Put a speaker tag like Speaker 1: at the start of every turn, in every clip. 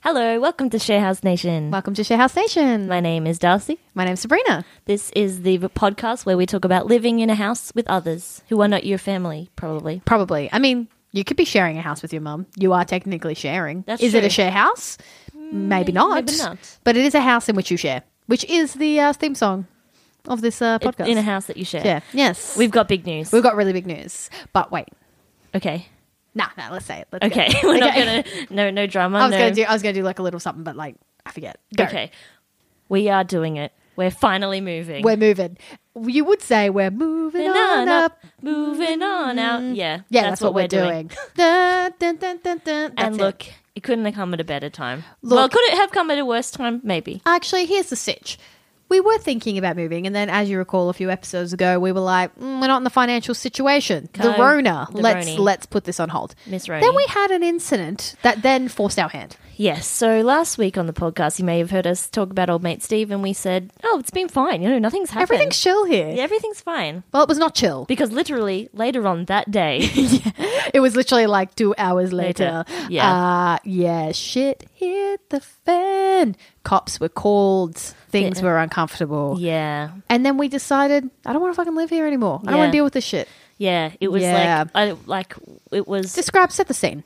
Speaker 1: Hello, welcome to Sharehouse Nation.
Speaker 2: Welcome to Sharehouse Nation.
Speaker 1: My name is Darcy.
Speaker 2: My name's Sabrina.
Speaker 1: This is the podcast where we talk about living in a house with others who are not your family, probably.
Speaker 2: Probably. I mean, you could be sharing a house with your mum. You are technically sharing.
Speaker 1: That's
Speaker 2: is it
Speaker 1: true. Mm,
Speaker 2: a share house? Maybe not.
Speaker 1: maybe not.
Speaker 2: But it is a house in which you share, which is the uh, theme song of this uh, podcast.
Speaker 1: In a house that you share.
Speaker 2: Yeah. Yes.
Speaker 1: We've got big news.
Speaker 2: We've got really big news. But wait.
Speaker 1: Okay.
Speaker 2: Nah, nah, let's say it. Let's
Speaker 1: Okay.
Speaker 2: go.
Speaker 1: We're not
Speaker 2: Okay.
Speaker 1: going to, no, no drama.
Speaker 2: I was
Speaker 1: no.
Speaker 2: gonna do I was gonna do like a little something, but like I forget. Go.
Speaker 1: Okay. We are doing it. We're finally moving.
Speaker 2: We're moving. You would say we're moving
Speaker 1: Moving
Speaker 2: on up. Mm.
Speaker 1: Moving on out. Yeah.
Speaker 2: Yeah, that's, what, we're doing. Dun, dun, dun, dun, dun. That's
Speaker 1: and
Speaker 2: it.
Speaker 1: look, it. couldn't have come at a better time.
Speaker 2: Look-
Speaker 1: well, could it have come at a worse time? Maybe.
Speaker 2: Actually, here's the sitch. We were thinking about moving, and then, as you recall, a few episodes ago, we were like, mm, "We're not in the financial situation.
Speaker 1: Co-
Speaker 2: the Rona.
Speaker 1: the
Speaker 2: let's
Speaker 1: Roni.
Speaker 2: let's put this on hold."
Speaker 1: Miss Roni.
Speaker 2: Then we had an incident that then forced our hand.
Speaker 1: Yes. So last week on the podcast, you may have heard us talk about old mate Steve, and we said, "Oh, it's been fine. You know, nothing's happened.
Speaker 2: Everything's chill here.
Speaker 1: yeah, everything's fine."
Speaker 2: Well, it was not chill.
Speaker 1: Because literally later on that day,
Speaker 2: It was literally like two hours
Speaker 1: Later.
Speaker 2: later.
Speaker 1: Yeah.
Speaker 2: Uh, yeah. Shit hit the fan. Cops were called. Things
Speaker 1: Yeah.
Speaker 2: were uncomfortable.
Speaker 1: yeah,
Speaker 2: And then we decided, I don't want to fucking live here anymore. I
Speaker 1: Yeah.
Speaker 2: don't want to deal with this shit.
Speaker 1: yeah, it was
Speaker 2: Yeah.
Speaker 1: like, I, like it was
Speaker 2: Describe, set the scene.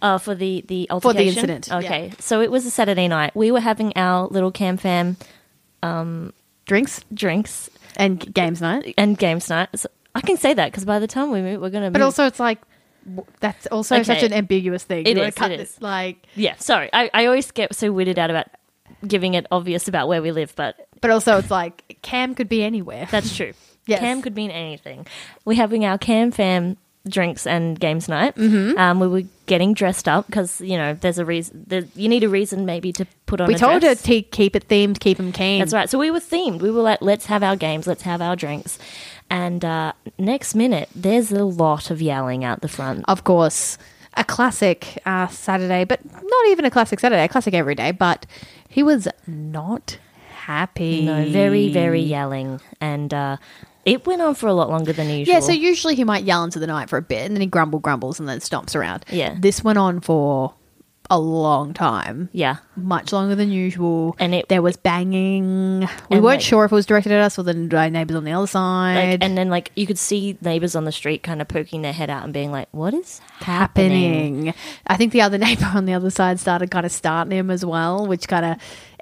Speaker 1: uh, for the the
Speaker 2: the
Speaker 1: altercation.
Speaker 2: incident, yeah.
Speaker 1: Okay, so it was a Saturday night. We were having our little cam fam
Speaker 2: Drinks
Speaker 1: drinks
Speaker 2: and g- games night.
Speaker 1: and games night. So I can say that because by the time we move, we're gonna.
Speaker 2: But
Speaker 1: move.
Speaker 2: also, it's like, w- that's also
Speaker 1: Mm. Okay.
Speaker 2: such an ambiguous thing.
Speaker 1: It
Speaker 2: you wanna
Speaker 1: is,
Speaker 2: Cut
Speaker 1: it
Speaker 2: this,
Speaker 1: is.
Speaker 2: like,
Speaker 1: yeah. Sorry, I, I always get so weirded out about giving it obvious about where we live, but
Speaker 2: but also, it's like, Cam could be anywhere.
Speaker 1: That's true.
Speaker 2: Yes.
Speaker 1: Cam could mean anything. We're having our Cam fam drinks and games night. Mm-hmm. Um, we were getting dressed up because you know there's a reason. There, you need a reason maybe to put on.
Speaker 2: we
Speaker 1: a
Speaker 2: told her
Speaker 1: dress.
Speaker 2: to keep it themed, keep him keen.
Speaker 1: That's right. So we were themed. We were like, let's have our games, let's have our drinks, and uh, next minute there's a lot of yelling out the front.
Speaker 2: Of course. A classic uh, Saturday, but not even a classic Saturday, a classic every day. But he was not happy.
Speaker 1: No, very very yelling, and uh, it went on for a lot longer than usual.
Speaker 2: Yeah, so usually he might yell into the night for a bit and then he grumble grumbles and then stomps around.
Speaker 1: Yeah.
Speaker 2: This went on for a long time.
Speaker 1: yeah,
Speaker 2: Much longer than usual.
Speaker 1: And it-
Speaker 2: there was banging. We
Speaker 1: And,
Speaker 2: weren't
Speaker 1: like-
Speaker 2: sure if it was directed at us or the uh, neighbors on the other
Speaker 1: Like,
Speaker 2: side.
Speaker 1: and then like you could see neighbors on the street kind of poking their head out and being like, "What is happening?"
Speaker 2: happening. I think the other neighbor on the other side started kind of starting him as well, which kind of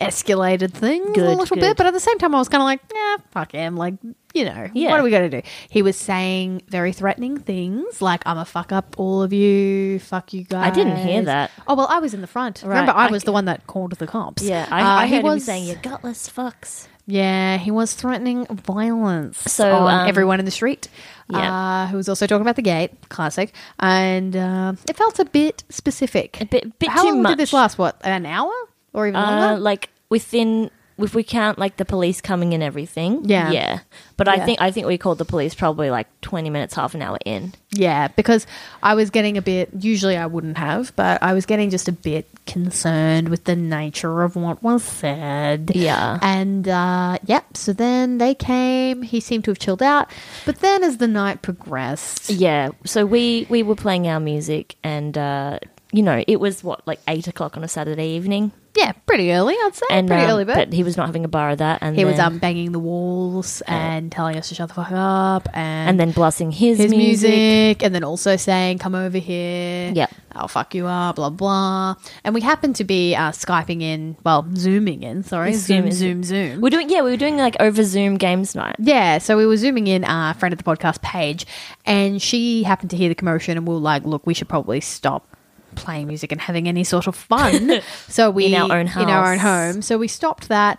Speaker 2: escalated things a
Speaker 1: Good,
Speaker 2: little
Speaker 1: good.
Speaker 2: bit. But at the same time, I was kind of like, yeah, fuck him. Like, you know,
Speaker 1: Yeah.
Speaker 2: what are we going to do? He was saying very threatening things like, I'm going to fuck up all of you. Fuck you guys.
Speaker 1: I didn't hear that.
Speaker 2: Oh, well, I was in the front. Remember,
Speaker 1: Right.
Speaker 2: I,
Speaker 1: I
Speaker 2: was the one that called the cops.
Speaker 1: Yeah, I,
Speaker 2: Uh,
Speaker 1: I
Speaker 2: he
Speaker 1: heard him
Speaker 2: was-
Speaker 1: saying you gutless fucks.
Speaker 2: yeah, he was threatening violence
Speaker 1: So,
Speaker 2: on
Speaker 1: um,
Speaker 2: everyone in the street.
Speaker 1: yeah.
Speaker 2: Uh, who was also talking about the gate, classic, and uh, it felt a bit specific.
Speaker 1: A bit- bit
Speaker 2: How
Speaker 1: too
Speaker 2: long
Speaker 1: much.
Speaker 2: did this last? What an hour or even
Speaker 1: Uh,
Speaker 2: longer?
Speaker 1: like within, if we count like the police coming and everything.
Speaker 2: Yeah.
Speaker 1: yeah. But I
Speaker 2: Yeah.
Speaker 1: think I think we called the police probably like twenty minutes, half an hour in.
Speaker 2: Yeah, because I was getting a bit. Usually, I wouldn't have, but I was getting just a bit concerned with the nature of what was said.
Speaker 1: Yeah.
Speaker 2: and uh, yep. So then they came. He seemed to have chilled out, but then as the night progressed,
Speaker 1: Yeah. So we we were playing our music, and uh, you know it was what like eight o'clock on a Saturday evening,
Speaker 2: yeah, pretty early, I'd say,
Speaker 1: and
Speaker 2: Oh, pretty
Speaker 1: um,
Speaker 2: early,
Speaker 1: but he was not having a bar of that, and
Speaker 2: He was
Speaker 1: then-
Speaker 2: um banging the walls and telling us to shut the fuck up and,
Speaker 1: and then blessing his,
Speaker 2: his music.
Speaker 1: music.
Speaker 2: and then also saying come over here.
Speaker 1: Yeah.
Speaker 2: I'll fuck you up, blah blah. And we happened to be uh, skyping in, well, zooming in. Sorry, zoom,
Speaker 1: Zooming.
Speaker 2: zoom, zoom.
Speaker 1: We're doing yeah, we were doing like over Zoom games night.
Speaker 2: yeah, so we were zooming in a friend of the podcast, Paige, and she happened to hear the commotion, and we were like, "Look, we should probably stop playing music and having any sort of fun." so we
Speaker 1: In our own
Speaker 2: in our own
Speaker 1: house.
Speaker 2: home. So we stopped that,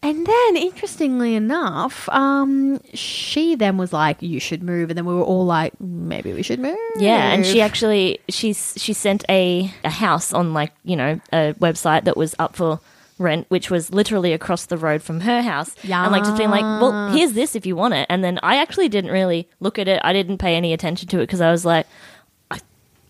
Speaker 2: and then interestingly enough, um, she then was like, "You should move," and then we were all like, "Maybe we should move."
Speaker 1: Yeah, and she actually she she sent a a house on like you know a website that was up for rent, which was literally across the road from her house. and like just being like, well, here's this if you want it. And then I actually didn't really look at it. I didn't pay any attention to it because I was like, I,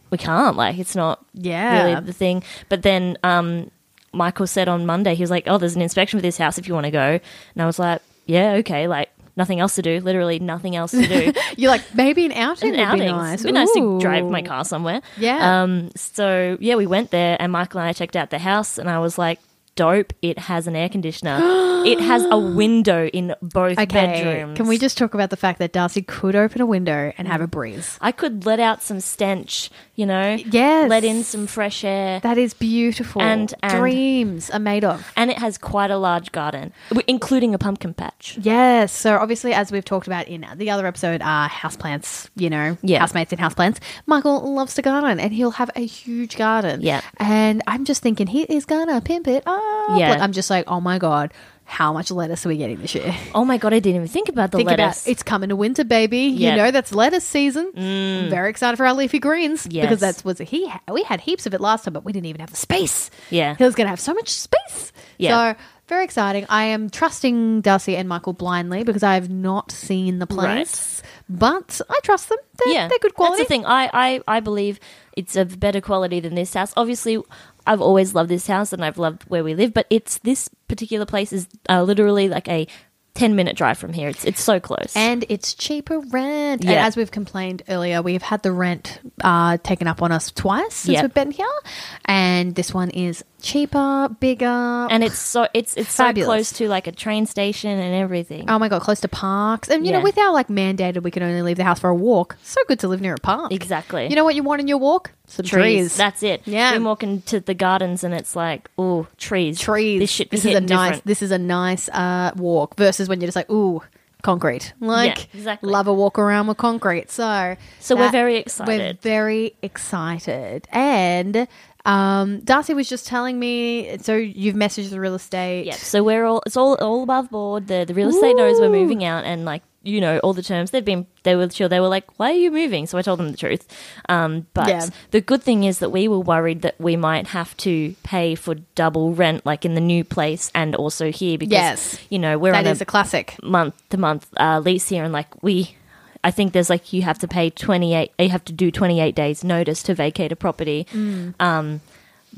Speaker 1: we can't. Like it's not
Speaker 2: Yeah.
Speaker 1: really the thing. But then um, Michael said on Monday he was like, oh, there's an inspection for this house if you want to go. And I was like, yeah, okay, like. nothing else to do. Literally nothing else to do.
Speaker 2: You're like maybe an outing
Speaker 1: an
Speaker 2: would
Speaker 1: outing.
Speaker 2: be nice.
Speaker 1: It'd be nice to
Speaker 2: Ooh.
Speaker 1: drive my car somewhere.
Speaker 2: Yeah.
Speaker 1: Um. So yeah, we went there, and Michael and I checked out the house, and I was like, "Dope! It has an air conditioner. it has a window in both
Speaker 2: Okay,
Speaker 1: bedrooms.
Speaker 2: can we just talk about the fact that Darcy could open a window and have a breeze?
Speaker 1: I could let out some stench, you know.
Speaker 2: Yes.
Speaker 1: Let in some fresh air.
Speaker 2: That is beautiful.
Speaker 1: And- and-
Speaker 2: dreams are made of.
Speaker 1: and it has quite a large garden, w- including a pumpkin patch.
Speaker 2: Yes. So obviously, as we've talked about in the other episode, are houseplants. You know,
Speaker 1: Yeah.
Speaker 2: housemates and houseplants. Michael loves to garden, and he'll have a huge garden.
Speaker 1: Yeah.
Speaker 2: And I'm just thinking he is gonna pimp it up.
Speaker 1: Yeah.
Speaker 2: Like, I'm just like, oh my god, how much lettuce are we getting this year?
Speaker 1: Oh my god, I didn't even think about the
Speaker 2: Think
Speaker 1: lettuce.
Speaker 2: about it's coming to winter, baby.
Speaker 1: Yeah.
Speaker 2: You know that's lettuce season. I'm very excited for our leafy greens
Speaker 1: Mm. Yes.
Speaker 2: because that's was he ha- we had heaps of it last time, but we didn't even have the space.
Speaker 1: Yeah.
Speaker 2: he was going to have so much space.
Speaker 1: Yeah.
Speaker 2: So very exciting. I am trusting Darcy and Michael blindly because I have not seen the place, but I trust them. They're,
Speaker 1: yeah,
Speaker 2: they're good quality.
Speaker 1: That's the thing. I, I, I believe it's of better quality than this house. Obviously, I've always loved this house and I've loved where we live, but it's this particular place is uh, literally like a ten minute drive from here. It's it's so close.
Speaker 2: And it's cheaper rent. And
Speaker 1: Yeah.
Speaker 2: as we've complained earlier, we've had the rent uh, taken up on us twice since
Speaker 1: Yep.
Speaker 2: we've been here. And this one is cheaper, bigger,
Speaker 1: and it's so it's it's
Speaker 2: Fabulous.
Speaker 1: so close to like a train station and everything.
Speaker 2: Oh my god, close to parks. And you
Speaker 1: Yeah.
Speaker 2: know, with our like mandated we can only leave the house for a walk. So good to live near a park.
Speaker 1: Exactly.
Speaker 2: You know what you want in your walk? Some trees.
Speaker 1: That's it.
Speaker 2: Yeah.
Speaker 1: we walk into the gardens and it's like, oh, trees,
Speaker 2: trees.
Speaker 1: This shit.
Speaker 2: This
Speaker 1: be
Speaker 2: is a
Speaker 1: hitting
Speaker 2: nice
Speaker 1: different.
Speaker 2: this is a nice uh walk versus when you're just like, ooh, concrete. Like
Speaker 1: exactly.
Speaker 2: love a walk around with concrete. So
Speaker 1: So we're
Speaker 2: that-
Speaker 1: very
Speaker 2: We're
Speaker 1: excited.
Speaker 2: very excited. And um Darcy was just telling me so you've messaged the real estate.
Speaker 1: Yep. So we're all it's all all above board. The the real estate knows we're
Speaker 2: Woo!
Speaker 1: moving out and like you know all the terms they've been they were sure they were like why are you moving so i told them the truth um, but
Speaker 2: Yeah.
Speaker 1: the good thing is that we were worried that we might have to pay for double rent like in the new place and also here because
Speaker 2: Yes.
Speaker 1: you know we're
Speaker 2: That
Speaker 1: on a
Speaker 2: is a classic.
Speaker 1: month to month uh, lease here, and like we, I think there's like you have to pay 28, you have to do 28 days notice to vacate a property. Um,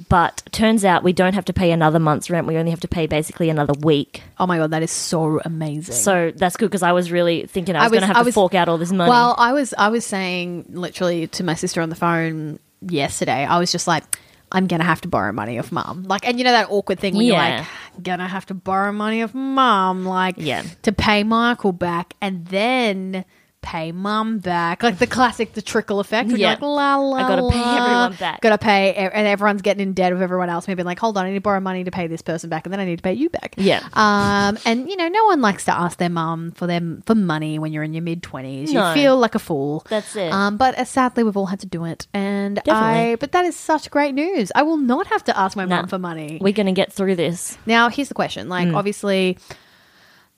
Speaker 1: but turns out we don't have to pay another month's rent. We only have to pay basically another week.
Speaker 2: Oh my god, that is so amazing.
Speaker 1: So that's good because I was really thinking I was, going to have to fork out all this money.
Speaker 2: Well, I was I was saying literally to my sister on the phone yesterday. I was just like, I'm gonna have to borrow money of mum. Like, and you know that awkward thing when
Speaker 1: Yeah.
Speaker 2: you're like, gonna have to borrow money of mum, like,
Speaker 1: Yeah.
Speaker 2: to pay Michael back, and then. Pay mum back, like the classic, the trickle effect. When
Speaker 1: Yeah.
Speaker 2: you're like, la la,
Speaker 1: I gotta pay
Speaker 2: la,
Speaker 1: everyone back.
Speaker 2: Gotta pay, e, and everyone's getting in debt with everyone else. Maybe like, hold on, I need to borrow money to pay this person back, and then I need to pay you back.
Speaker 1: Yeah.
Speaker 2: Um, and you know, no one likes to ask their mum for them for money when you're in your mid twenties. You
Speaker 1: No.
Speaker 2: feel like a fool.
Speaker 1: That's it.
Speaker 2: Um, but uh, sadly, we've all had to do it, and
Speaker 1: Definitely.
Speaker 2: I. But that is such great news. I will not have to ask my
Speaker 1: Nah.
Speaker 2: mum for money.
Speaker 1: we're going to get through this.
Speaker 2: now, here's the question: like,
Speaker 1: Mm.
Speaker 2: obviously,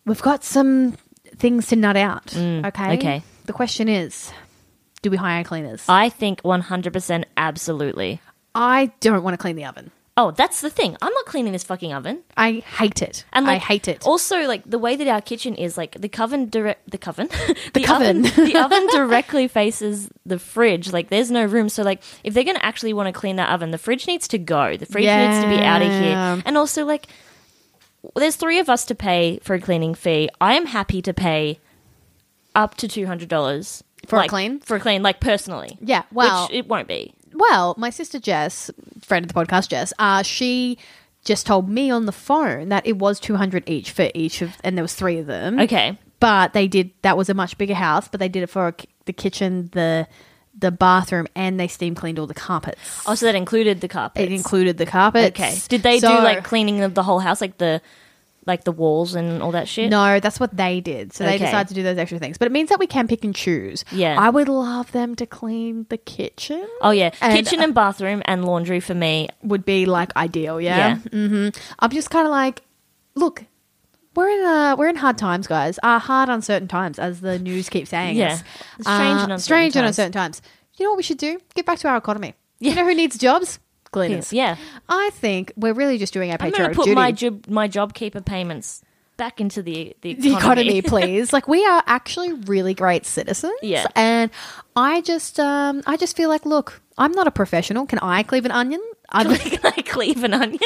Speaker 2: we've got some things to nut out. Okay.
Speaker 1: Mm. okay.
Speaker 2: The question is, do we hire cleaners?
Speaker 1: I think 100% absolutely.
Speaker 2: I don't want to clean the oven.
Speaker 1: Oh, that's the thing. I'm not cleaning this fucking oven.
Speaker 2: I hate it.
Speaker 1: And like,
Speaker 2: I hate it.
Speaker 1: Also, like the way that our kitchen is, like the coven direct the coven, the,
Speaker 2: coven.
Speaker 1: oven, the oven directly faces the fridge. Like there's no room. So like if they're gonna actually want to clean that oven, the fridge needs to go. The fridge needs to be out of
Speaker 2: Yeah.
Speaker 1: here. And also like there's three of us to pay for a cleaning fee. I am happy to pay up to two hundred dollars
Speaker 2: For a clean?
Speaker 1: for a clean, like personally.
Speaker 2: Yeah, well-
Speaker 1: which it won't be.
Speaker 2: Well, my sister Jess, friend of the podcast, Jess, uh, she just told me on the phone that it was two hundred each for each of, and there was three of them.
Speaker 1: Okay.
Speaker 2: but they did. That was a much bigger house, but they did it for a ki- the kitchen, the the bathroom, and they steam cleaned all the carpets.
Speaker 1: Also, that included the carpet.
Speaker 2: It included the carpets.
Speaker 1: Oh, Okay. Did they do
Speaker 2: So-
Speaker 1: like cleaning of the whole house, like the like the walls and all that shit?
Speaker 2: No, that's what they did. So they
Speaker 1: Okay.
Speaker 2: decided to do those extra things. But it means that we can pick and choose.
Speaker 1: Yeah.
Speaker 2: I would love them to clean the kitchen.
Speaker 1: Oh yeah,
Speaker 2: And-
Speaker 1: kitchen and bathroom and laundry for me.
Speaker 2: would be like ideal.
Speaker 1: Yeah.
Speaker 2: Yeah. hmm I'm just kind of like, look, we're in uh, we're in hard times, guys. Uh, hard, uncertain times, as the news keeps saying.
Speaker 1: Yeah.
Speaker 2: us.
Speaker 1: Strange and
Speaker 2: Uh,
Speaker 1: uncertain
Speaker 2: strange and
Speaker 1: times.
Speaker 2: uncertain times. You know what we should do? Get back to our economy. You know who needs jobs? Cleaners.
Speaker 1: Yeah.
Speaker 2: I think we're really just doing our
Speaker 1: I'm gonna
Speaker 2: patriotic
Speaker 1: put
Speaker 2: duty.
Speaker 1: my job my JobKeeper payments back into the the
Speaker 2: the
Speaker 1: economy.
Speaker 2: economy, please. Like we are actually really great citizens.
Speaker 1: Yeah.
Speaker 2: And I just, um, I just feel like, look, I'm not a professional. Can I cleave an onion? I'd
Speaker 1: like, like leave an onion.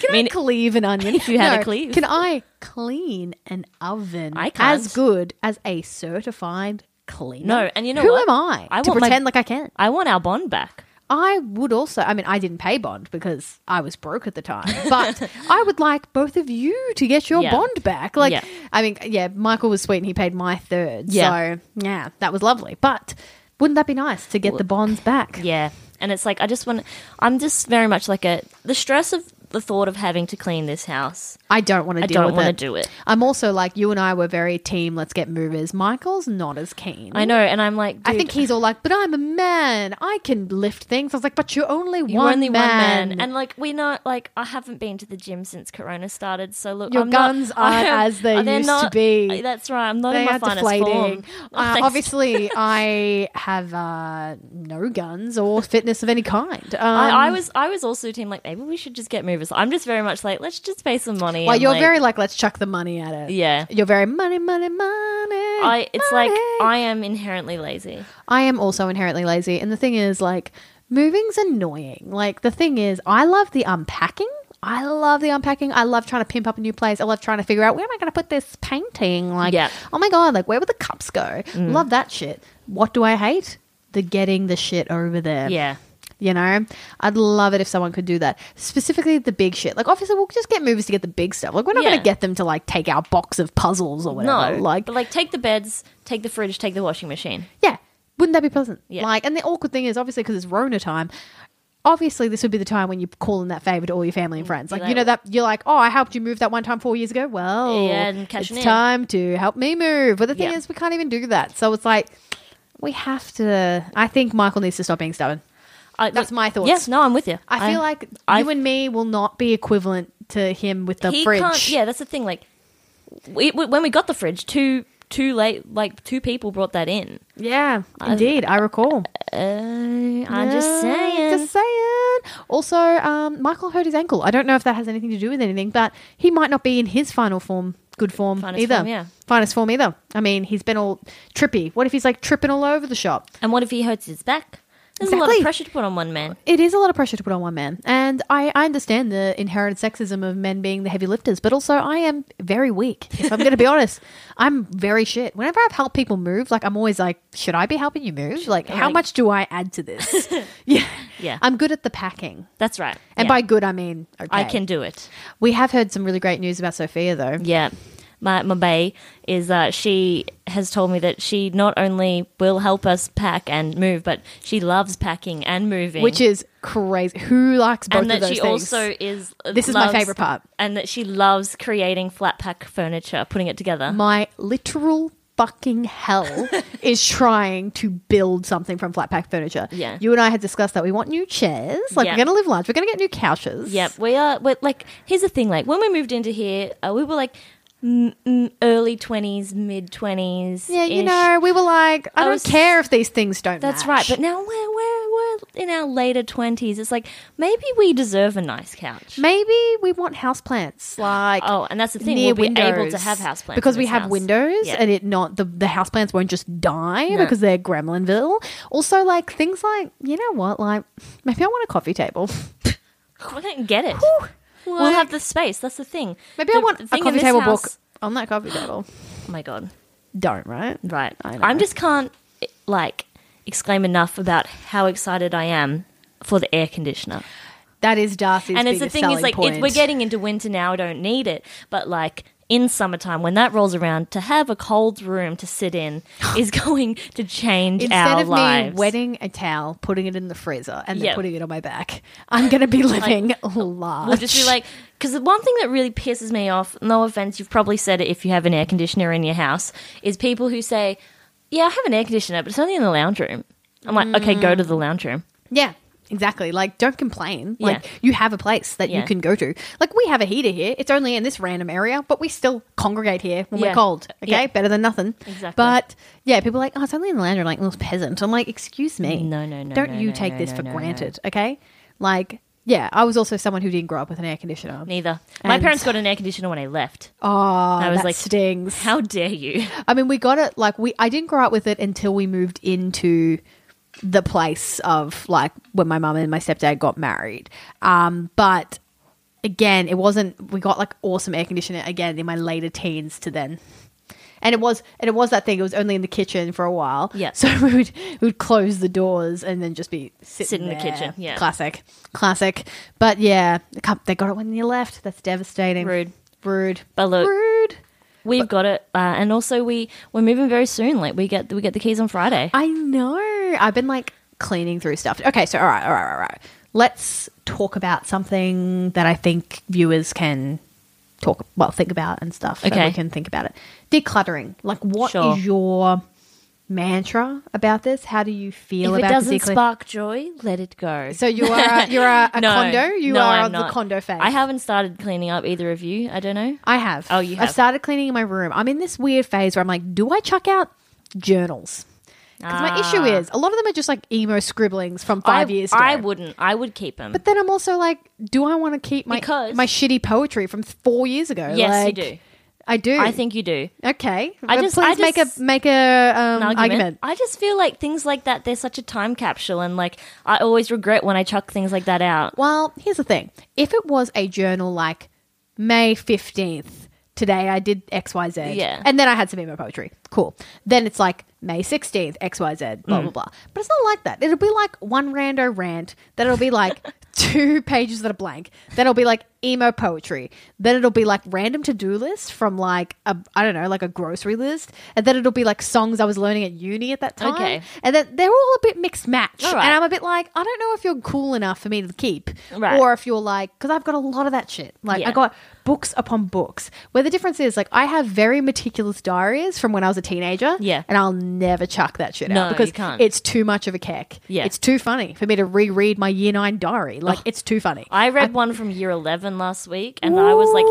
Speaker 2: Can I,
Speaker 1: mean,
Speaker 2: cleave an onion?
Speaker 1: if you had a cleave.
Speaker 2: Can I clean an oven
Speaker 1: I can't.
Speaker 2: as good as a certified cleaner?
Speaker 1: No, and you know
Speaker 2: Who
Speaker 1: what?
Speaker 2: am I,
Speaker 1: I
Speaker 2: to
Speaker 1: want my-
Speaker 2: pretend like I can?
Speaker 1: I want our bond back.
Speaker 2: I would also, I mean, I didn't pay bond because I was broke at the time, but I would like both of you to get your
Speaker 1: Yeah.
Speaker 2: bond back. Like,
Speaker 1: Yeah.
Speaker 2: I mean, yeah, Michael was sweet and he paid my third.
Speaker 1: Yeah.
Speaker 2: So, yeah, that was lovely. But wouldn't that be nice to get the bonds back?
Speaker 1: Yeah. And it's like I just want I'm just very much like a the stress of the thought of having to clean this house.
Speaker 2: I don't want to
Speaker 1: I
Speaker 2: deal
Speaker 1: don't
Speaker 2: with
Speaker 1: want
Speaker 2: it.
Speaker 1: to do it.
Speaker 2: I'm also like, you and I were very team, let's get movers. Michael's not as keen.
Speaker 1: I know, and I'm like
Speaker 2: I
Speaker 1: dude,
Speaker 2: think he's all like, but I'm a man. I can lift things. I was like, but you're only
Speaker 1: you're
Speaker 2: one
Speaker 1: only
Speaker 2: man.
Speaker 1: one man, and like we know, like I haven't been to the gym since Corona started. So look,
Speaker 2: Your
Speaker 1: I'm
Speaker 2: guns
Speaker 1: not,
Speaker 2: aren't
Speaker 1: I'm-
Speaker 2: as they
Speaker 1: they're
Speaker 2: used to
Speaker 1: not-
Speaker 2: be.
Speaker 1: That's right. I'm not
Speaker 2: they
Speaker 1: in my
Speaker 2: are
Speaker 1: finest
Speaker 2: deflating.
Speaker 1: form.
Speaker 2: Uh,
Speaker 1: Thanks.
Speaker 2: obviously, I have uh, no guns or fitness of any kind. Um,
Speaker 1: I, I was I was also team like maybe we should just get movers. I'm just very much like let's just pay some money.
Speaker 2: Well,
Speaker 1: and,
Speaker 2: you're
Speaker 1: like,
Speaker 2: very like, let's chuck the money at it.
Speaker 1: yeah.
Speaker 2: You're very money, money, money.
Speaker 1: I it's like
Speaker 2: money.
Speaker 1: I am inherently lazy.
Speaker 2: I am also inherently lazy. And the thing is, like, moving's annoying. Like, the thing is, I love the unpacking. I love the unpacking. I love trying to pimp up a new place. I love trying to figure out where am I going to put this painting? Like,
Speaker 1: Yeah. Mm.
Speaker 2: oh my God, like, where would the cups go? Love that shit. What do I hate? The getting the shit over there.
Speaker 1: Yeah.
Speaker 2: You know, I'd love it if someone could do that. Specifically, the big shit. Like, obviously, we'll just get movers to get the big stuff. Like, we're not
Speaker 1: Yeah.
Speaker 2: going to get them to like take our box of puzzles or whatever.
Speaker 1: No,
Speaker 2: like,
Speaker 1: but like take the beds, take the fridge, take the washing machine.
Speaker 2: yeah. Wouldn't that be pleasant?
Speaker 1: Yeah.
Speaker 2: Like, and the awkward thing is obviously because it's Rona time. Obviously, this would be the time when you call in that favor to all your family and friends. Like,
Speaker 1: You're
Speaker 2: you know
Speaker 1: like-
Speaker 2: that you're like, oh, I helped you move that one time four years ago. Well,
Speaker 1: Yeah, and cash
Speaker 2: it's
Speaker 1: it in.
Speaker 2: time to help me move. But the thing
Speaker 1: Yeah.
Speaker 2: is, we can't even do that. So it's like we have to. I think Michael needs to stop being stubborn.
Speaker 1: I,
Speaker 2: That's my thoughts.
Speaker 1: Yes, no, I'm with you.
Speaker 2: I feel like
Speaker 1: I-
Speaker 2: you and me will not be equivalent to him with the
Speaker 1: he
Speaker 2: fridge.
Speaker 1: can't. Yeah, that's the thing. Like, we, we- when we got the fridge, two two late like two people brought that in.
Speaker 2: Yeah, indeed, I recall.
Speaker 1: Uh, I'm
Speaker 2: Yeah,
Speaker 1: just saying.
Speaker 2: Just saying. Also, um, Michael hurt his ankle. I don't know if that has anything to do with anything, but he might not be in his final form, good form
Speaker 1: Finest
Speaker 2: either.
Speaker 1: form, yeah.
Speaker 2: Finest form either. I mean, he's been all trippy. What if he's like tripping all over the shop?
Speaker 1: and what if he hurts his back? There's a lot
Speaker 2: Exactly.
Speaker 1: of pressure to put on one man.
Speaker 2: It is a lot of pressure to put on one man. And I, I understand the inherent sexism of men being the heavy lifters, but also I am very weak. If I'm going to be honest, I'm very shit. Whenever I've helped people move, like I'm always like, should I be helping you move? Like, how
Speaker 1: Like-
Speaker 2: much do I add to this? yeah.
Speaker 1: Yeah.
Speaker 2: I'm good at the packing.
Speaker 1: That's right.
Speaker 2: Um, And
Speaker 1: Yeah.
Speaker 2: by good, I mean okay.
Speaker 1: I can do it.
Speaker 2: We have heard some really great news about Sophia, though.
Speaker 1: Yeah. My, my bae is uh, she has told me that she not only will help us pack and move, but she loves packing and moving.
Speaker 2: Which is crazy. Who likes both
Speaker 1: and
Speaker 2: of
Speaker 1: that
Speaker 2: those
Speaker 1: she
Speaker 2: things?
Speaker 1: also is.
Speaker 2: This is my
Speaker 1: loves-
Speaker 2: favorite part.
Speaker 1: And that she loves creating flat pack furniture, putting it together.
Speaker 2: my literal fucking hell is trying to build something from flat pack furniture.
Speaker 1: Yeah.
Speaker 2: You and I had discussed that we want new chairs. Like
Speaker 1: Yeah.
Speaker 2: we're gonna live large. We're gonna get new couches.
Speaker 1: Yep, we are. We're, like, here's the thing: like when we moved into here, uh, we were like m- m- early twenties, mid twenties.
Speaker 2: Yeah, you know, we were like, I,
Speaker 1: I
Speaker 2: don't
Speaker 1: was-
Speaker 2: care if these things don't.
Speaker 1: That's right.
Speaker 2: match.
Speaker 1: But now we're we're we're in our later twenties. It's like maybe we deserve a nice couch.
Speaker 2: maybe we want houseplants. Like
Speaker 1: Oh, and that's the thing:
Speaker 2: near
Speaker 1: we'll be
Speaker 2: windows
Speaker 1: able to have houseplants
Speaker 2: because
Speaker 1: in
Speaker 2: we
Speaker 1: this
Speaker 2: have
Speaker 1: house.
Speaker 2: windows
Speaker 1: Yeah.
Speaker 2: and it not the the houseplants won't just die
Speaker 1: No.
Speaker 2: because they're Gremlinville. Also, like things like you know what, like maybe I want a coffee table.
Speaker 1: we don't get it. we'll
Speaker 2: Like-
Speaker 1: have the space. That's the thing.
Speaker 2: Maybe
Speaker 1: The
Speaker 2: I want a
Speaker 1: thing in
Speaker 2: coffee
Speaker 1: this
Speaker 2: table book
Speaker 1: house-
Speaker 2: on that coffee table.
Speaker 1: Oh my god!
Speaker 2: Don't right?
Speaker 1: Right.
Speaker 2: I know.
Speaker 1: I'm just can't like exclaim enough about how excited I am for the air conditioner.
Speaker 2: That is Darcy's.
Speaker 1: and it's the
Speaker 2: biggest
Speaker 1: thing is
Speaker 2: selling
Speaker 1: like
Speaker 2: point.
Speaker 1: it, we're getting into winter now. I don't need it, but like in summertime when that rolls around, to have a cold room to sit in is going to change
Speaker 2: Instead
Speaker 1: our
Speaker 2: of
Speaker 1: lives.
Speaker 2: me wetting a towel, putting it in the freezer, and then
Speaker 1: Yeah.
Speaker 2: putting it on my back, I'm going to be living large.
Speaker 1: We'll just be like, because the one thing that really pisses me off, no offense, you've probably said it if you have an air conditioner in your house, is people who say, "Yeah, I have an air conditioner, but it's only in the lounge room." I'm like, okay, go to the
Speaker 2: Mm.
Speaker 1: lounge room.
Speaker 2: yeah, exactly. Like, don't complain. Like,
Speaker 1: Yeah.
Speaker 2: you have a place that you
Speaker 1: Yeah.
Speaker 2: can go to. Like, we have a heater here. It's only in this random area, but we still congregate here when we're
Speaker 1: Yeah.
Speaker 2: cold. Okay,
Speaker 1: Yeah.
Speaker 2: better than nothing.
Speaker 1: Exactly.
Speaker 2: But yeah, people are like, oh, it's only in the lounge. room, like, little peasant. I'm like, excuse me.
Speaker 1: No, no, no,
Speaker 2: Don't
Speaker 1: no,
Speaker 2: you
Speaker 1: no,
Speaker 2: take
Speaker 1: no,
Speaker 2: this
Speaker 1: no,
Speaker 2: for
Speaker 1: no, no.
Speaker 2: granted? Okay, like. Yeah, I was also someone who didn't grow up with an air conditioner.
Speaker 1: Neither. My
Speaker 2: And-
Speaker 1: parents got an air conditioner when I left.
Speaker 2: Oh, I
Speaker 1: I was
Speaker 2: that
Speaker 1: like,
Speaker 2: stings.
Speaker 1: How dare you?
Speaker 2: I mean, we got it. Like we, I didn't grow up with it until we moved into the place of like when my mum and my stepdad got married. Um, but again, it wasn't. We got like awesome air conditioner again in my later teens to then. And it was, and it was that thing. It was only in the kitchen for a while.
Speaker 1: Yeah.
Speaker 2: So we would we would close the doors and then just be sitting
Speaker 1: Sit in the
Speaker 2: there.
Speaker 1: kitchen, yeah.
Speaker 2: Classic, classic. But yeah, they got- they got it when you left. That's devastating.
Speaker 1: Rude.
Speaker 2: rude,
Speaker 1: But look-
Speaker 2: rude.
Speaker 1: We've got it, uh, and also we we're moving very soon. Like we get we get the keys on Friday.
Speaker 2: I know. I've been like cleaning through stuff. Okay, so all right, all right, all right. Let's talk about something that I think viewers can talk well think about and stuff. so
Speaker 1: Okay.
Speaker 2: we can think about it. Decluttering. Like, what is
Speaker 1: Sure.
Speaker 2: your mantra about this? How do you feel
Speaker 1: if it
Speaker 2: about
Speaker 1: doesn't
Speaker 2: decluttering?
Speaker 1: spark joy, let it go.
Speaker 2: so you are you're a, a
Speaker 1: No,
Speaker 2: condo. You
Speaker 1: no,
Speaker 2: are
Speaker 1: I'm
Speaker 2: on the
Speaker 1: not.
Speaker 2: condo phase.
Speaker 1: I haven't started cleaning up either of you. I don't know.
Speaker 2: I have.
Speaker 1: Oh, you
Speaker 2: I've
Speaker 1: have.
Speaker 2: started cleaning in my room. I'm in this weird phase where I'm like, do I chuck out journals? Because my issue
Speaker 1: Ah.
Speaker 2: is a lot of them are just like emo scribblings from five
Speaker 1: I,
Speaker 2: years ago.
Speaker 1: I wouldn't. I would keep them.
Speaker 2: But then I'm also like, do I want to keep my
Speaker 1: Because-
Speaker 2: my shitty poetry from four years ago?
Speaker 1: Yes, you
Speaker 2: Like,
Speaker 1: do.
Speaker 2: I do.
Speaker 1: I think you do.
Speaker 2: okay.
Speaker 1: I
Speaker 2: But
Speaker 1: just-
Speaker 2: please
Speaker 1: I
Speaker 2: make a
Speaker 1: just-
Speaker 2: make a
Speaker 1: an
Speaker 2: um, argument.
Speaker 1: argument. I just feel like things like that, they're such a time capsule, and like I always regret when I chuck things like that out.
Speaker 2: Well, here's the thing: if it was a journal like May fifteenth, today I did X Y Z,
Speaker 1: Yeah.
Speaker 2: and then I had some emo poetry. Cool. Then it's like May sixteenth, X Y Z,
Speaker 1: Mm.
Speaker 2: blah blah blah. But it's not like that. It'll be like one rando rant. Then it'll be like two pages that are blank. Then it'll be like emo poetry. Then it'll be like random to do list from like a I don't know like a grocery list, and then it'll be like songs I was learning at uni at that time.
Speaker 1: Okay.
Speaker 2: And then they're all a bit mixed match,
Speaker 1: All right.
Speaker 2: and I'm a bit like I don't know if you're cool enough for me to keep,
Speaker 1: Right.
Speaker 2: or if you're like because I've got a lot of that shit. Like
Speaker 1: Yeah.
Speaker 2: I got books upon books. Where the difference is like I have very meticulous diaries from when I was a teenager.
Speaker 1: Yeah.
Speaker 2: and I'll never chuck that shit
Speaker 1: No,
Speaker 2: out
Speaker 1: you
Speaker 2: because
Speaker 1: can't.
Speaker 2: it's too much of a keck.
Speaker 1: Yeah.
Speaker 2: it's too funny for me to reread my year nine diary. Like it's too funny.
Speaker 1: I read one from year 11 last week, and I was like,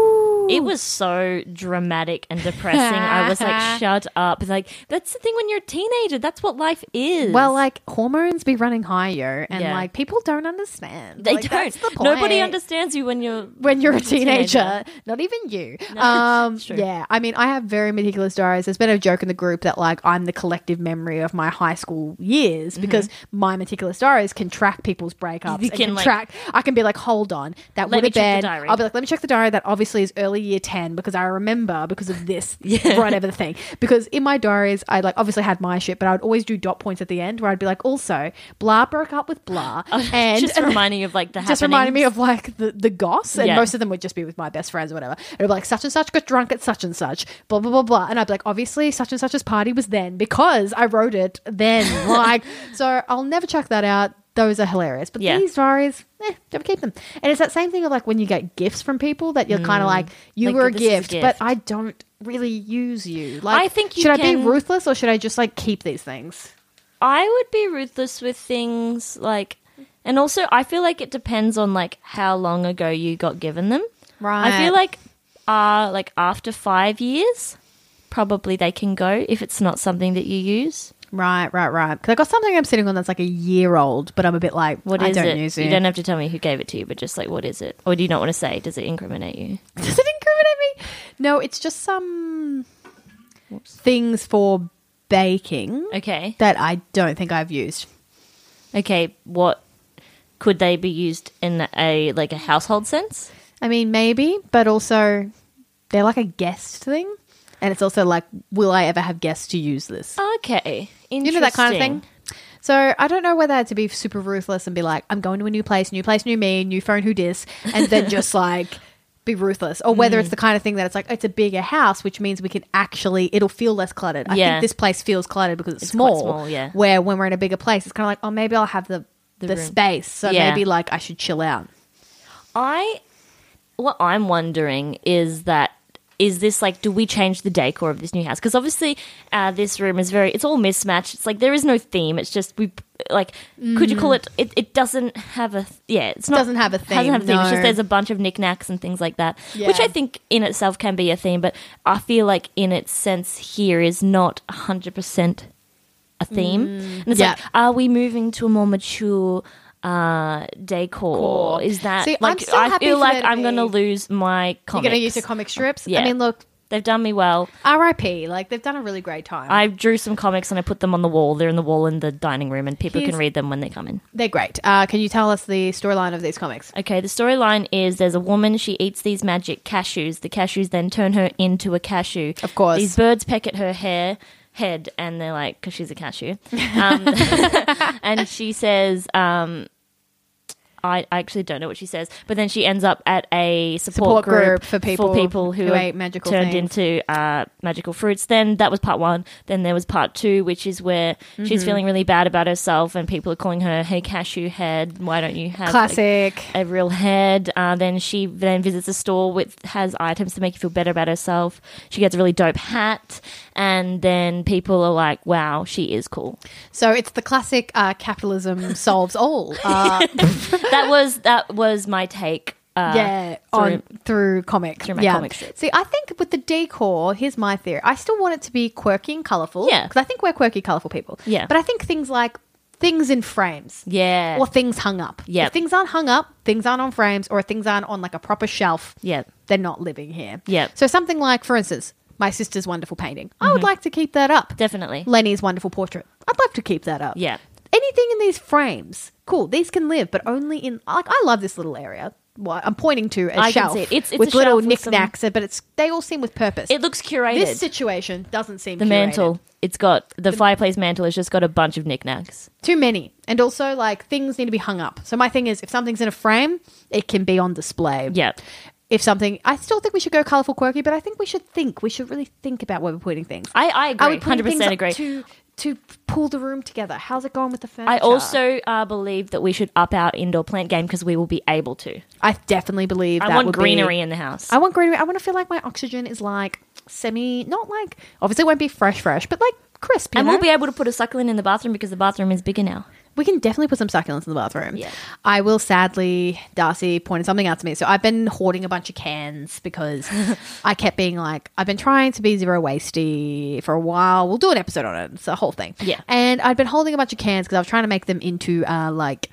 Speaker 1: it was so dramatic and depressing. I was like, shut up. Like, that's the thing when you're a teenager, that's what life is.
Speaker 2: well, uh, like hormones be running high, yo, and
Speaker 1: Yeah.
Speaker 2: like people don't understand.
Speaker 1: they
Speaker 2: Like,
Speaker 1: don't.
Speaker 2: that's the
Speaker 1: Nobody
Speaker 2: point.
Speaker 1: understands you when you're.
Speaker 2: when you're a teenager,
Speaker 1: teenager.
Speaker 2: not even you. um,
Speaker 1: it's true.
Speaker 2: yeah, I mean, I have very meticulous diaries. There's been a joke in the group that like I'm the collective memory of my high school years because my meticulous diaries can track people's breakups.
Speaker 1: Mm-hmm. You
Speaker 2: and
Speaker 1: can,
Speaker 2: can
Speaker 1: like-
Speaker 2: track. I can be like, hold on, that
Speaker 1: Let
Speaker 2: would
Speaker 1: me
Speaker 2: have
Speaker 1: check
Speaker 2: been.
Speaker 1: the diary.
Speaker 2: I'll be like, let me check the diary. That obviously is early year ten because I remember because of this whatever the thing. Because in my diaries, I like obviously had my shit, but I would always do dot points at the end where I'd be like, also blah broke up with blah, and
Speaker 1: just reminding you of like the
Speaker 2: just reminded me
Speaker 1: happenings.
Speaker 2: of like the, the goss and
Speaker 1: Yeah.
Speaker 2: most of them would just be with my best friends or whatever it'd be like such and such got drunk at such and such blah blah blah blah and i'd be like obviously such and such's party was then because i wrote it then like so i'll never check that out those are hilarious but
Speaker 1: Yeah.
Speaker 2: these stories eh, don't keep them and it's that same thing of like when you get gifts from people that you're kind of like you
Speaker 1: Mm. Like,
Speaker 2: were a
Speaker 1: this is a
Speaker 2: gift,
Speaker 1: gift.
Speaker 2: but i don't really use you like
Speaker 1: I think you
Speaker 2: should i be
Speaker 1: can-
Speaker 2: ruthless or should i just like keep these things
Speaker 1: I would be ruthless with things like. And also, I feel like it depends on like how long ago you got given them. I
Speaker 2: Right.
Speaker 1: feel like, uh, like after five years, probably they can go if it's not something that you use.
Speaker 2: right right right because i got something i'm sitting on that's like a year old but i'm a bit like
Speaker 1: What
Speaker 2: i
Speaker 1: is
Speaker 2: don't
Speaker 1: it?
Speaker 2: use
Speaker 1: You don't have to tell me who gave it to you, but just like what is it? Or do you not want to say? Does it incriminate you?
Speaker 2: Does it incriminate me? No, it's just some things for baking
Speaker 1: Okay.
Speaker 2: that I don't think I've used.
Speaker 1: Okay. What could they be used in a like a household sense?
Speaker 2: I mean, maybe, but also they're like a guest thing. And it's also like, will I ever have guests to use this?
Speaker 1: Okay. Interesting.
Speaker 2: You know, that kind of thing. So I don't know whether to be super ruthless and be like, I'm going to a new place, new place, new me, new phone, who dis, and then just like be ruthless, or whether
Speaker 1: Hmm.
Speaker 2: it's the kind of thing that it's like it's a bigger house, which means we can actually it'll feel less cluttered. I
Speaker 1: Yeah.
Speaker 2: think this place feels cluttered because it's,
Speaker 1: It's quite
Speaker 2: small.
Speaker 1: small, yeah.
Speaker 2: Where when we're in a bigger place, it's kind of like, oh, maybe I'll have the the,
Speaker 1: The room.
Speaker 2: space, so
Speaker 1: Yeah.
Speaker 2: maybe like I should chill out.
Speaker 1: I what I'm wondering is that is this like do we change the decor of this new house? Because obviously uh, this room is very it's all mismatched. It's like there is no theme. It's just we like could you call it? It, it doesn't have a th- yeah. It's not
Speaker 2: Doesn't have a
Speaker 1: Doesn't
Speaker 2: theme,
Speaker 1: have a theme. It's
Speaker 2: no.
Speaker 1: just there's a bunch of knickknacks and things like that, which
Speaker 2: Yeah.
Speaker 1: I think in itself can be a theme. But I feel like in its sense here is not hundred percent a theme. And it's
Speaker 2: Mm. Yeah.
Speaker 1: like are we moving to a more mature? Uh, decor
Speaker 2: Core.
Speaker 1: is that
Speaker 2: See, I'm
Speaker 1: like
Speaker 2: still
Speaker 1: I
Speaker 2: happy
Speaker 1: feel
Speaker 2: for
Speaker 1: like
Speaker 2: there to
Speaker 1: I'm
Speaker 2: be-
Speaker 1: gonna lose my comics.
Speaker 2: You're going to use your comic strips. I
Speaker 1: Yeah.
Speaker 2: mean, look,
Speaker 1: They've done me well.
Speaker 2: R.I.P. Like they've done a really great time.
Speaker 1: I drew some comics and I put them on the wall. They're in the wall in the dining room, and people can
Speaker 2: Here's-
Speaker 1: read them when they come in.
Speaker 2: They're great. Uh, can you tell us the storyline of these comics?
Speaker 1: Okay, the storyline is there's a woman, she eats these magic cashews. The cashews then turn her into a cashew.
Speaker 2: Of course.
Speaker 1: These birds peck at her hair, head, and they're like, because she's a cashew. Um, and she says, um, I I actually don't know what she says, but then she ends up at a support,
Speaker 2: Support group for people
Speaker 1: who,
Speaker 2: who
Speaker 1: are
Speaker 2: ate magical
Speaker 1: turned
Speaker 2: things.
Speaker 1: into uh, magical fruits. Then that was part one. Then there was part two, which is where
Speaker 2: Mm-hmm.
Speaker 1: she's feeling really bad about herself, and people are calling her "Hey cashew head, why don't you have like,
Speaker 2: Classic.
Speaker 1: a real head. Uh, then she then visits a store with has items to make you feel better about herself. She gets a really dope hat, and then people are like, "Wow, she is cool."
Speaker 2: So it's the classic uh, capitalism solves all. Uh,
Speaker 1: that was that was my take. Uh,
Speaker 2: yeah,
Speaker 1: through-
Speaker 2: on through comics.
Speaker 1: through my
Speaker 2: yeah.
Speaker 1: comic strips.
Speaker 2: See, I think with the decor, here's my theory. I still want it to be quirky and colorful.
Speaker 1: Yeah.
Speaker 2: because I think we're quirky, colorful people.
Speaker 1: Yeah.
Speaker 2: but I think things like things in frames.
Speaker 1: yeah,
Speaker 2: Or things hung up.
Speaker 1: Yep.
Speaker 2: If things aren't hung up, things aren't on frames, or if things aren't on like a proper shelf,
Speaker 1: Yep.
Speaker 2: they're not living here.
Speaker 1: Yep. Mm-hmm.
Speaker 2: So something like, for instance, my sister's wonderful painting. I would like to keep that up.
Speaker 1: definitely.
Speaker 2: Lenny's wonderful portrait. I'd like to keep that up.
Speaker 1: Yeah.
Speaker 2: Anything in these frames, cool. These can live, but only in like I love this little area. What I'm pointing to a
Speaker 1: I can
Speaker 2: shelf
Speaker 1: see it. It's- it's
Speaker 2: with
Speaker 1: a
Speaker 2: little
Speaker 1: shelf with some-
Speaker 2: knickknacks, but it's they all seem with purpose.
Speaker 1: It looks curated.
Speaker 2: this situation doesn't seem
Speaker 1: the
Speaker 2: curated.
Speaker 1: mantle. It's got the, fireplace mantle has just got a bunch of knickknacks.
Speaker 2: Too many, and also like things need to be hung up. So my thing is, if something's in a frame, it can be on display.
Speaker 1: Yeah.
Speaker 2: If something, I still think we should go colorful, quirky, but I think we should think. We should really think about where we're putting things.
Speaker 1: I, I
Speaker 2: Are
Speaker 1: agree.
Speaker 2: we putting
Speaker 1: Hundred
Speaker 2: things
Speaker 1: percent
Speaker 2: up
Speaker 1: agree.
Speaker 2: to to pull the room together? How's it going with the furniture?
Speaker 1: I also uh, believe that we should up our indoor plant game because we will be able to.
Speaker 2: I definitely believe
Speaker 1: I
Speaker 2: that
Speaker 1: want
Speaker 2: would be-
Speaker 1: greenery in the house.
Speaker 2: I want greenery. I want to feel like my oxygen is like semi, not like obviously it won't be fresh, fresh, but like crisp. you
Speaker 1: and
Speaker 2: know?
Speaker 1: we'll be able to put a succulent in the bathroom because the bathroom is bigger now.
Speaker 2: we can definitely put some succulents in the bathroom.
Speaker 1: Yeah.
Speaker 2: I will sadly, Darcy pointed something out to me. So I've been hoarding a bunch of cans because I kept being like, I've been trying to be zero wastey for a while. We'll do an episode on it. It's a whole thing.
Speaker 1: Yeah.
Speaker 2: And I'd been holding a bunch of cans because I was trying to make them into uh, like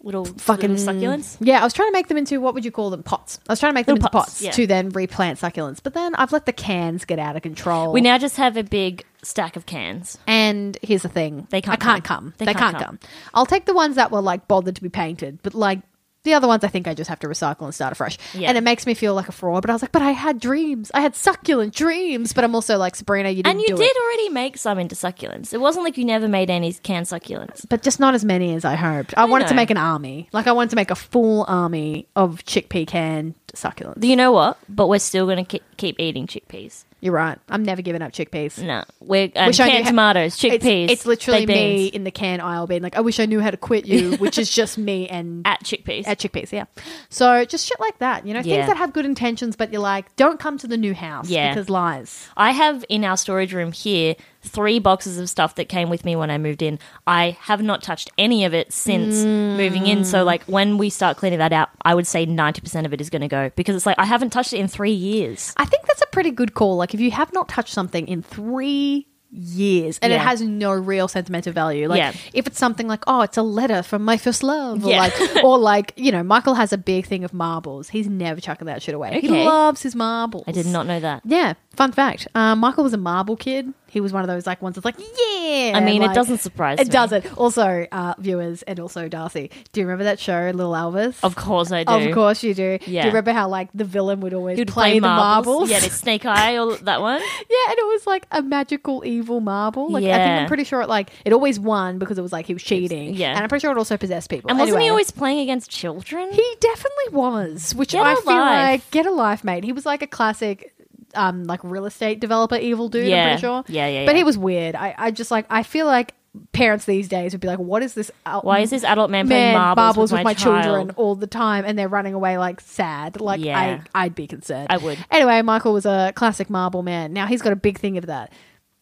Speaker 1: Little fucking
Speaker 2: fucking
Speaker 1: succulents.
Speaker 2: Yeah, I was trying to make them into what would you call them pots. I was trying to make them
Speaker 1: Little
Speaker 2: into
Speaker 1: pots,
Speaker 2: pots
Speaker 1: yeah.
Speaker 2: to then replant succulents, but then I've let the cans get out of control.
Speaker 1: We now just have a big stack of cans.
Speaker 2: and here's the thing:
Speaker 1: They can't
Speaker 2: I can't
Speaker 1: come.
Speaker 2: come. They, can't, come. I'll take the ones that were like bothered to be painted, but like the other ones, I think I just have to recycle and start afresh.
Speaker 1: Yeah.
Speaker 2: And it makes me feel like a fraud. But I was like, but I had dreams. I had succulent dreams. But I'm also like Sabrina, you didn't
Speaker 1: And you
Speaker 2: do
Speaker 1: did
Speaker 2: it.
Speaker 1: already make some into succulents. It wasn't like you never made any canned succulents.
Speaker 2: But just not as many as I hoped. I, wanted
Speaker 1: know.
Speaker 2: to make an army. Like I wanted to make a full army of chickpea canned succulents.
Speaker 1: You know what? But we're still going to keep eating chickpeas.
Speaker 2: You're right. I'm never giving up chickpeas.
Speaker 1: No, we're and
Speaker 2: Wish I
Speaker 1: canned
Speaker 2: knew-
Speaker 1: tomatoes,
Speaker 2: It's-
Speaker 1: chickpeas.
Speaker 2: It's, literally
Speaker 1: baked
Speaker 2: me
Speaker 1: beans.
Speaker 2: in the can aisle being like, I wish I knew how to quit you, which is just me and
Speaker 1: at chickpeas.
Speaker 2: at chickpeas. Yeah. So just shit like that, you know,
Speaker 1: Yeah.
Speaker 2: things that have good intentions, but you're like, don't come to the new house
Speaker 1: Yeah.
Speaker 2: because lies.
Speaker 1: I have in our storage room here three boxes of stuff that came with me when I moved in. I have not touched any of it since
Speaker 2: Mm.
Speaker 1: moving in. So, like, when we start cleaning that out, I would say 90% of it is going to go because it's like I haven't touched it in three years.
Speaker 2: I think that's a pretty good call. Like if you have not touched something in three years and it
Speaker 1: Yeah.
Speaker 2: has no real sentimental value like
Speaker 1: Yeah.
Speaker 2: if it's something like oh it's a letter from my first love or
Speaker 1: Yeah.
Speaker 2: like or like you know michael has a big thing of marbles he's never chucking that shit away he
Speaker 1: Okay.
Speaker 2: loves his marbles
Speaker 1: I did not know that.
Speaker 2: Yeah, fun fact. Um, Michael was a marble kid. He was one of those like ones that's like, yeah.
Speaker 1: I mean, it
Speaker 2: like-
Speaker 1: doesn't surprise
Speaker 2: It
Speaker 1: me.
Speaker 2: doesn't. Also, uh, viewers and also Darcy, do you remember that show, Little Elvis?
Speaker 1: Of course I do.
Speaker 2: Of course you do. Do
Speaker 1: Yeah.
Speaker 2: you remember how like the villain would always
Speaker 1: You'd
Speaker 2: play, the marbles?
Speaker 1: Yeah, the snake eye or that one.
Speaker 2: Yeah, and it was like a magical evil marble. Like I think
Speaker 1: Yeah.
Speaker 2: I'm pretty sure it like it always won because it was like he was cheating.
Speaker 1: yeah.
Speaker 2: and I'm pretty sure it also possessed people.
Speaker 1: And wasn't he
Speaker 2: Anyway.
Speaker 1: always playing against children?
Speaker 2: He definitely was, which
Speaker 1: Get
Speaker 2: I
Speaker 1: a
Speaker 2: feel
Speaker 1: life.
Speaker 2: like get a life, mate. He was like a classic, um, like real estate developer evil dude.
Speaker 1: Yeah.
Speaker 2: I'm pretty sure.
Speaker 1: Yeah, yeah,
Speaker 2: But
Speaker 1: yeah.
Speaker 2: he was weird. I, I just like I feel like parents these days would be like, what is this? Out-
Speaker 1: Why is this adult man,
Speaker 2: Man,
Speaker 1: playing marbles,
Speaker 2: marbles with my,
Speaker 1: child?
Speaker 2: children all the time, and they're running away like sad. Like
Speaker 1: Yeah.
Speaker 2: I, I'd be concerned.
Speaker 1: I would.
Speaker 2: Anyway, Michael was a classic marble man. Now he's got a big thing of that.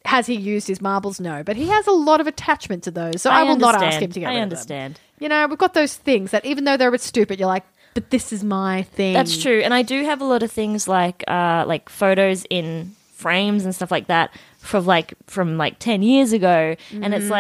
Speaker 2: Has he used his marbles? No, but he has a lot of attachment to those. So I, will not ask
Speaker 1: understand.
Speaker 2: him to get
Speaker 1: I
Speaker 2: rid of them.
Speaker 1: understand.
Speaker 2: You know, we've got those things that even though they're a bit stupid, you're like, but this is my thing.
Speaker 1: That's true. And I do have a lot of things like uh, like photos in frames and stuff like that from like from like 10 years ago and it's
Speaker 2: Mm.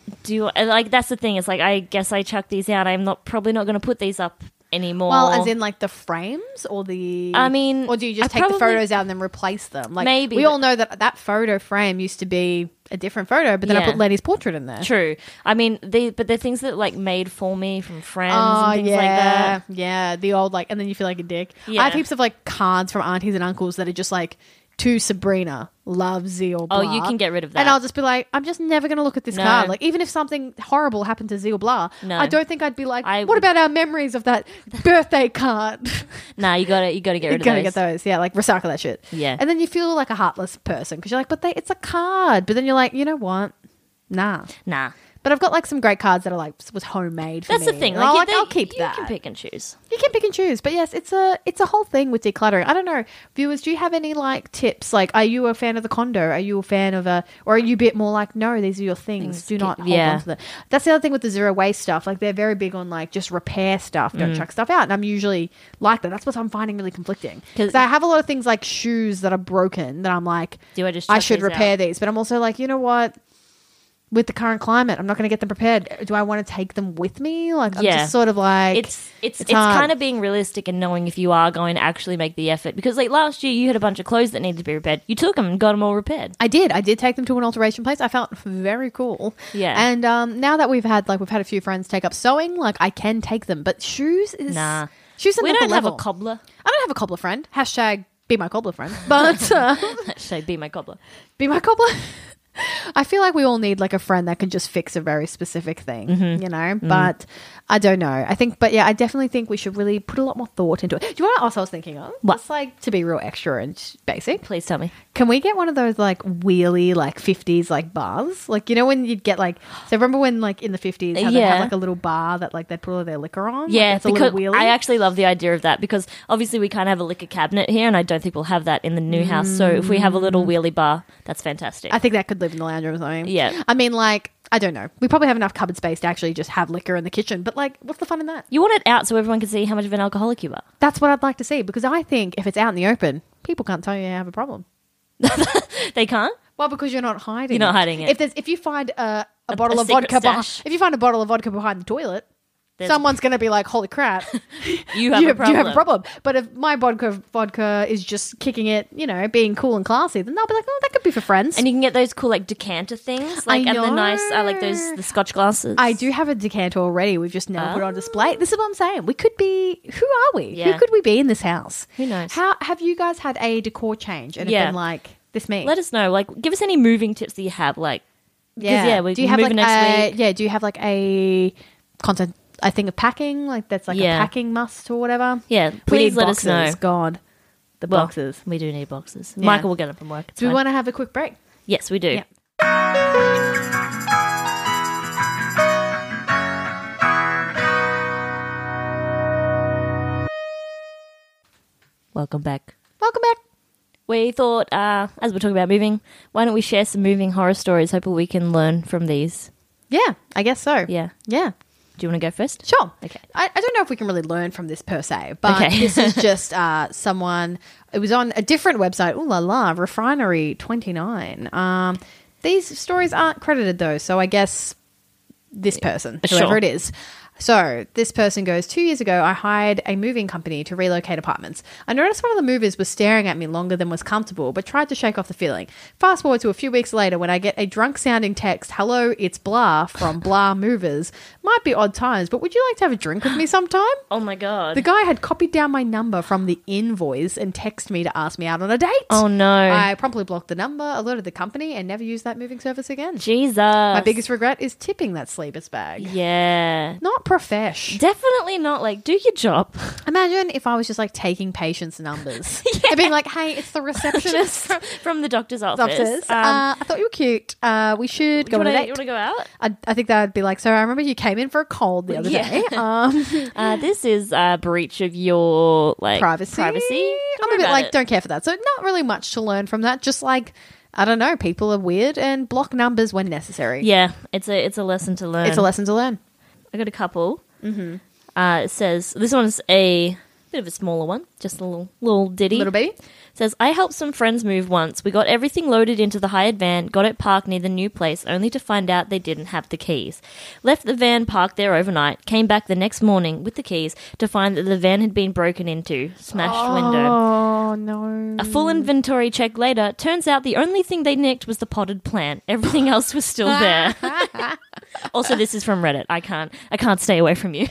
Speaker 1: like do you, and, like that's the thing it's like I guess I chuck these out I'm not probably not going to put these up anymore.
Speaker 2: Well, as in like the frames or the.
Speaker 1: I mean,
Speaker 2: or do you just
Speaker 1: I
Speaker 2: take the
Speaker 1: probably-
Speaker 2: photos out and then replace them? Like
Speaker 1: Maybe,
Speaker 2: we
Speaker 1: but-
Speaker 2: all know that that photo frame used to be a different photo, but then I
Speaker 1: Yeah.
Speaker 2: put Lenny's portrait in there.
Speaker 1: True. I mean, the but they're things that like made for me from friends
Speaker 2: Oh
Speaker 1: and things
Speaker 2: yeah,
Speaker 1: like that.
Speaker 2: yeah. The old like, and then you feel like a dick. I
Speaker 1: Yeah.
Speaker 2: have heaps of like cards from aunties and uncles that are just like to Sabrina, love Z or
Speaker 1: Oh,
Speaker 2: blah.
Speaker 1: you can get rid of that.
Speaker 2: And I'll just be like, I'm just never going to look at this
Speaker 1: No.
Speaker 2: card. Like, even if something horrible happened to Z or blah,
Speaker 1: No.
Speaker 2: I don't think I'd be like,
Speaker 1: I
Speaker 2: what
Speaker 1: would-
Speaker 2: about our memories of that birthday card?
Speaker 1: Nah, you got to you got to get
Speaker 2: you
Speaker 1: rid of
Speaker 2: gotta
Speaker 1: those.
Speaker 2: get those. Yeah, like recycle that shit.
Speaker 1: Yeah.
Speaker 2: And then you feel like a heartless person because you're like, but they, it's a card. But then you're like, you know what? Nah.
Speaker 1: Nah,
Speaker 2: But I've got like some great cards that are like was homemade. For
Speaker 1: that's the
Speaker 2: me.
Speaker 1: thing.
Speaker 2: And I'll,
Speaker 1: you-
Speaker 2: like,
Speaker 1: they-
Speaker 2: I'll keep
Speaker 1: you
Speaker 2: that.
Speaker 1: can pick and choose.
Speaker 2: You can pick and choose, but yes, it's a it's a whole thing with decluttering. I don't know, viewers. Do you have any like tips? Like, are you a fan of the condo? Are you a fan of a, or are you a bit more like, no, these are your things. do not hold
Speaker 1: yeah.
Speaker 2: on to them. That's the other thing with the zero waste stuff. Like, they're very big on like just repair stuff, don't
Speaker 1: Mm.
Speaker 2: chuck stuff out. And I'm usually like that. That's what I'm finding really conflicting
Speaker 1: 'Cause-
Speaker 2: because I have a lot of things like shoes that are broken that I'm like,
Speaker 1: Do I just
Speaker 2: I
Speaker 1: chuck
Speaker 2: should
Speaker 1: these
Speaker 2: repair
Speaker 1: out?
Speaker 2: these, but I'm also like, you know what? With the current climate, I'm not going to get them prepared. Do I want to take them with me? Like, I'm
Speaker 1: Yeah.
Speaker 2: just sort of like,
Speaker 1: It's it's it's,
Speaker 2: hard.
Speaker 1: kind of being realistic and knowing if you are going to actually make the effort because like last year you had a bunch of clothes that needed to be repaired. You took them and got them all repaired.
Speaker 2: I did. I did take them to an alteration place. I felt very cool.
Speaker 1: Yeah.
Speaker 2: And um, now that we've had like we've had a few friends take up sewing, like I can take them, but shoes is
Speaker 1: Nah.
Speaker 2: Shoes are
Speaker 1: We
Speaker 2: another
Speaker 1: don't have a
Speaker 2: level.
Speaker 1: cobbler.
Speaker 2: I don't have a cobbler friend. Hashtag be my cobbler friend, but uh,
Speaker 1: Actually, be my cobbler.
Speaker 2: be my cobbler. I feel like we all need like a friend that can just fix a very specific thing,
Speaker 1: Mm-hmm.
Speaker 2: you know. But I don't know. I think, but yeah, I definitely think we should really put a lot more thought into it. Do you know what else I was thinking of?
Speaker 1: What?
Speaker 2: Just like to be real extra and sh- basic.
Speaker 1: Please tell me.
Speaker 2: Can we get one of those like wheelie like fifties like bars? Like you know when you'd get like so remember when like in the fifties how they
Speaker 1: Yeah.
Speaker 2: had like a little bar that like they put all their liquor on?
Speaker 1: Yeah,
Speaker 2: like, it's a
Speaker 1: because
Speaker 2: little wheelie.
Speaker 1: I actually love the idea of that because obviously we can't have a liquor cabinet here, and I don't think we'll have that in the new house. So if we have a little wheelie bar, that's fantastic.
Speaker 2: Mm. I think that could live in the lounge room or something.
Speaker 1: Yeah.
Speaker 2: I mean like I don't know. We probably have enough cupboard space to actually just have liquor in the kitchen, but like what's the fun in that?
Speaker 1: you want it out so everyone can see how much of an alcoholic you are.
Speaker 2: That's what I'd like to see because I think if it's out in the open, people can't tell you you have a problem.
Speaker 1: They can't.
Speaker 2: Well, because you're not hiding.
Speaker 1: You're not hiding it.
Speaker 2: If there's if you find a, a bottle
Speaker 1: a
Speaker 2: of vodka
Speaker 1: secret
Speaker 2: behind,
Speaker 1: stash.
Speaker 2: if you find a bottle of vodka behind the toilet,
Speaker 1: There's-
Speaker 2: someone's going to be like, "Holy crap!"
Speaker 1: You have,
Speaker 2: you,
Speaker 1: a problem.
Speaker 2: you have a problem. But if my vodka vodka is just kicking it, you know, being cool and classy, then they'll be like, oh, that could be for friends.
Speaker 1: And you can get those cool like decanter things, like and the nice, I like those
Speaker 2: know.
Speaker 1: the Scotch glasses.
Speaker 2: I do have a decanter already. We've just never put it on display. This is what I'm saying. We could be. Who are we?
Speaker 1: Ah. Yeah.
Speaker 2: Who could we be in this house?
Speaker 1: Who knows?
Speaker 2: How have you guys had a decor change and have
Speaker 1: Yeah.
Speaker 2: been like this? Me.
Speaker 1: Let us know. Like, give us any moving tips that you have. Like, 'cause, yeah, we're
Speaker 2: do you have like
Speaker 1: moving next
Speaker 2: a,
Speaker 1: week.
Speaker 2: yeah? Do you have like a content? I think of packing. Like that's like
Speaker 1: Yeah.
Speaker 2: a packing must or whatever.
Speaker 1: Yeah,
Speaker 2: We
Speaker 1: please
Speaker 2: need
Speaker 1: let us
Speaker 2: boxes.
Speaker 1: know.
Speaker 2: God, the
Speaker 1: Well,
Speaker 2: boxes.
Speaker 1: we do need boxes.
Speaker 2: Yeah.
Speaker 1: Michael will get them from work. It's
Speaker 2: Do we
Speaker 1: fine.
Speaker 2: want to have a quick break?
Speaker 1: yes, we do.
Speaker 2: Yeah.
Speaker 1: Welcome back.
Speaker 2: Welcome back.
Speaker 1: We thought, uh, as we're talking about moving, why don't we share some moving horror stories? Hopefully, we can learn from these.
Speaker 2: Yeah, I guess so.
Speaker 1: Yeah.
Speaker 2: Yeah.
Speaker 1: Do you want to go first?
Speaker 2: Sure.
Speaker 1: Okay.
Speaker 2: I, I don't know if we can really learn from this per se, but
Speaker 1: Okay.
Speaker 2: this is just uh, someone. It was on a different website. Ooh la la, Refinery Twenty Nine. Um, these stories aren't credited though, so I guess this person,
Speaker 1: Uh, Sure.
Speaker 2: whoever it is. So this person goes, two years ago, I hired a moving company to relocate apartments. I noticed one of the movers was staring at me longer than was comfortable, but tried to shake off the feeling. Fast forward to a few weeks later when I get a drunk sounding text, hello, it's blah from blah movers. Might be odd times, but would you like to have a drink with me sometime?
Speaker 1: Oh my god.
Speaker 2: The guy had copied down my number from the invoice and texted me to ask me out on a date.
Speaker 1: oh no.
Speaker 2: I promptly blocked the number, alerted the company, and never used that moving service again.
Speaker 1: Jesus.
Speaker 2: My biggest regret is tipping that sleepers bag.
Speaker 1: Yeah.
Speaker 2: Not profesh.
Speaker 1: Definitely not like do your job.
Speaker 2: Imagine if I was just like taking patients' numbers and being like, "Hey, it's the
Speaker 1: Just
Speaker 2: receptionist
Speaker 1: from, from the doctor's office.
Speaker 2: office.
Speaker 1: Um,
Speaker 2: uh, I thought you were cute. Uh, we should
Speaker 1: do
Speaker 2: go
Speaker 1: you
Speaker 2: on a
Speaker 1: wanna- you want
Speaker 2: date."
Speaker 1: to go out?
Speaker 2: I, I think that would be like, "So I remember you came in for a cold the other
Speaker 1: Yeah.
Speaker 2: day. Um,
Speaker 1: Uh, this is a breach of your like
Speaker 2: privacy.
Speaker 1: Privacy. Don't
Speaker 2: I'm a
Speaker 1: worry
Speaker 2: bit
Speaker 1: about
Speaker 2: like,
Speaker 1: it.
Speaker 2: don't care for that. So not really much to learn from that. Just like, I don't know, people are weird and block numbers when necessary.
Speaker 1: Yeah, it's a it's a lesson to learn.
Speaker 2: It's a lesson to learn.
Speaker 1: I got a couple. Mm-hmm. Uh, it says this one's a bit Bit of a smaller one, just a little little ditty.
Speaker 2: Little baby.
Speaker 1: Says, I helped some friends move once. We got everything loaded into the hired van, got it parked near the new place, only to find out they didn't have the keys. Left the van parked there overnight, came back the next morning with the keys to find that the van had been broken into, smashed window.
Speaker 2: Oh no.
Speaker 1: A full inventory check later, turns out the only thing they nicked was the potted plant. Everything else was still there. also, this is from Reddit. I can't I can't stay away from you.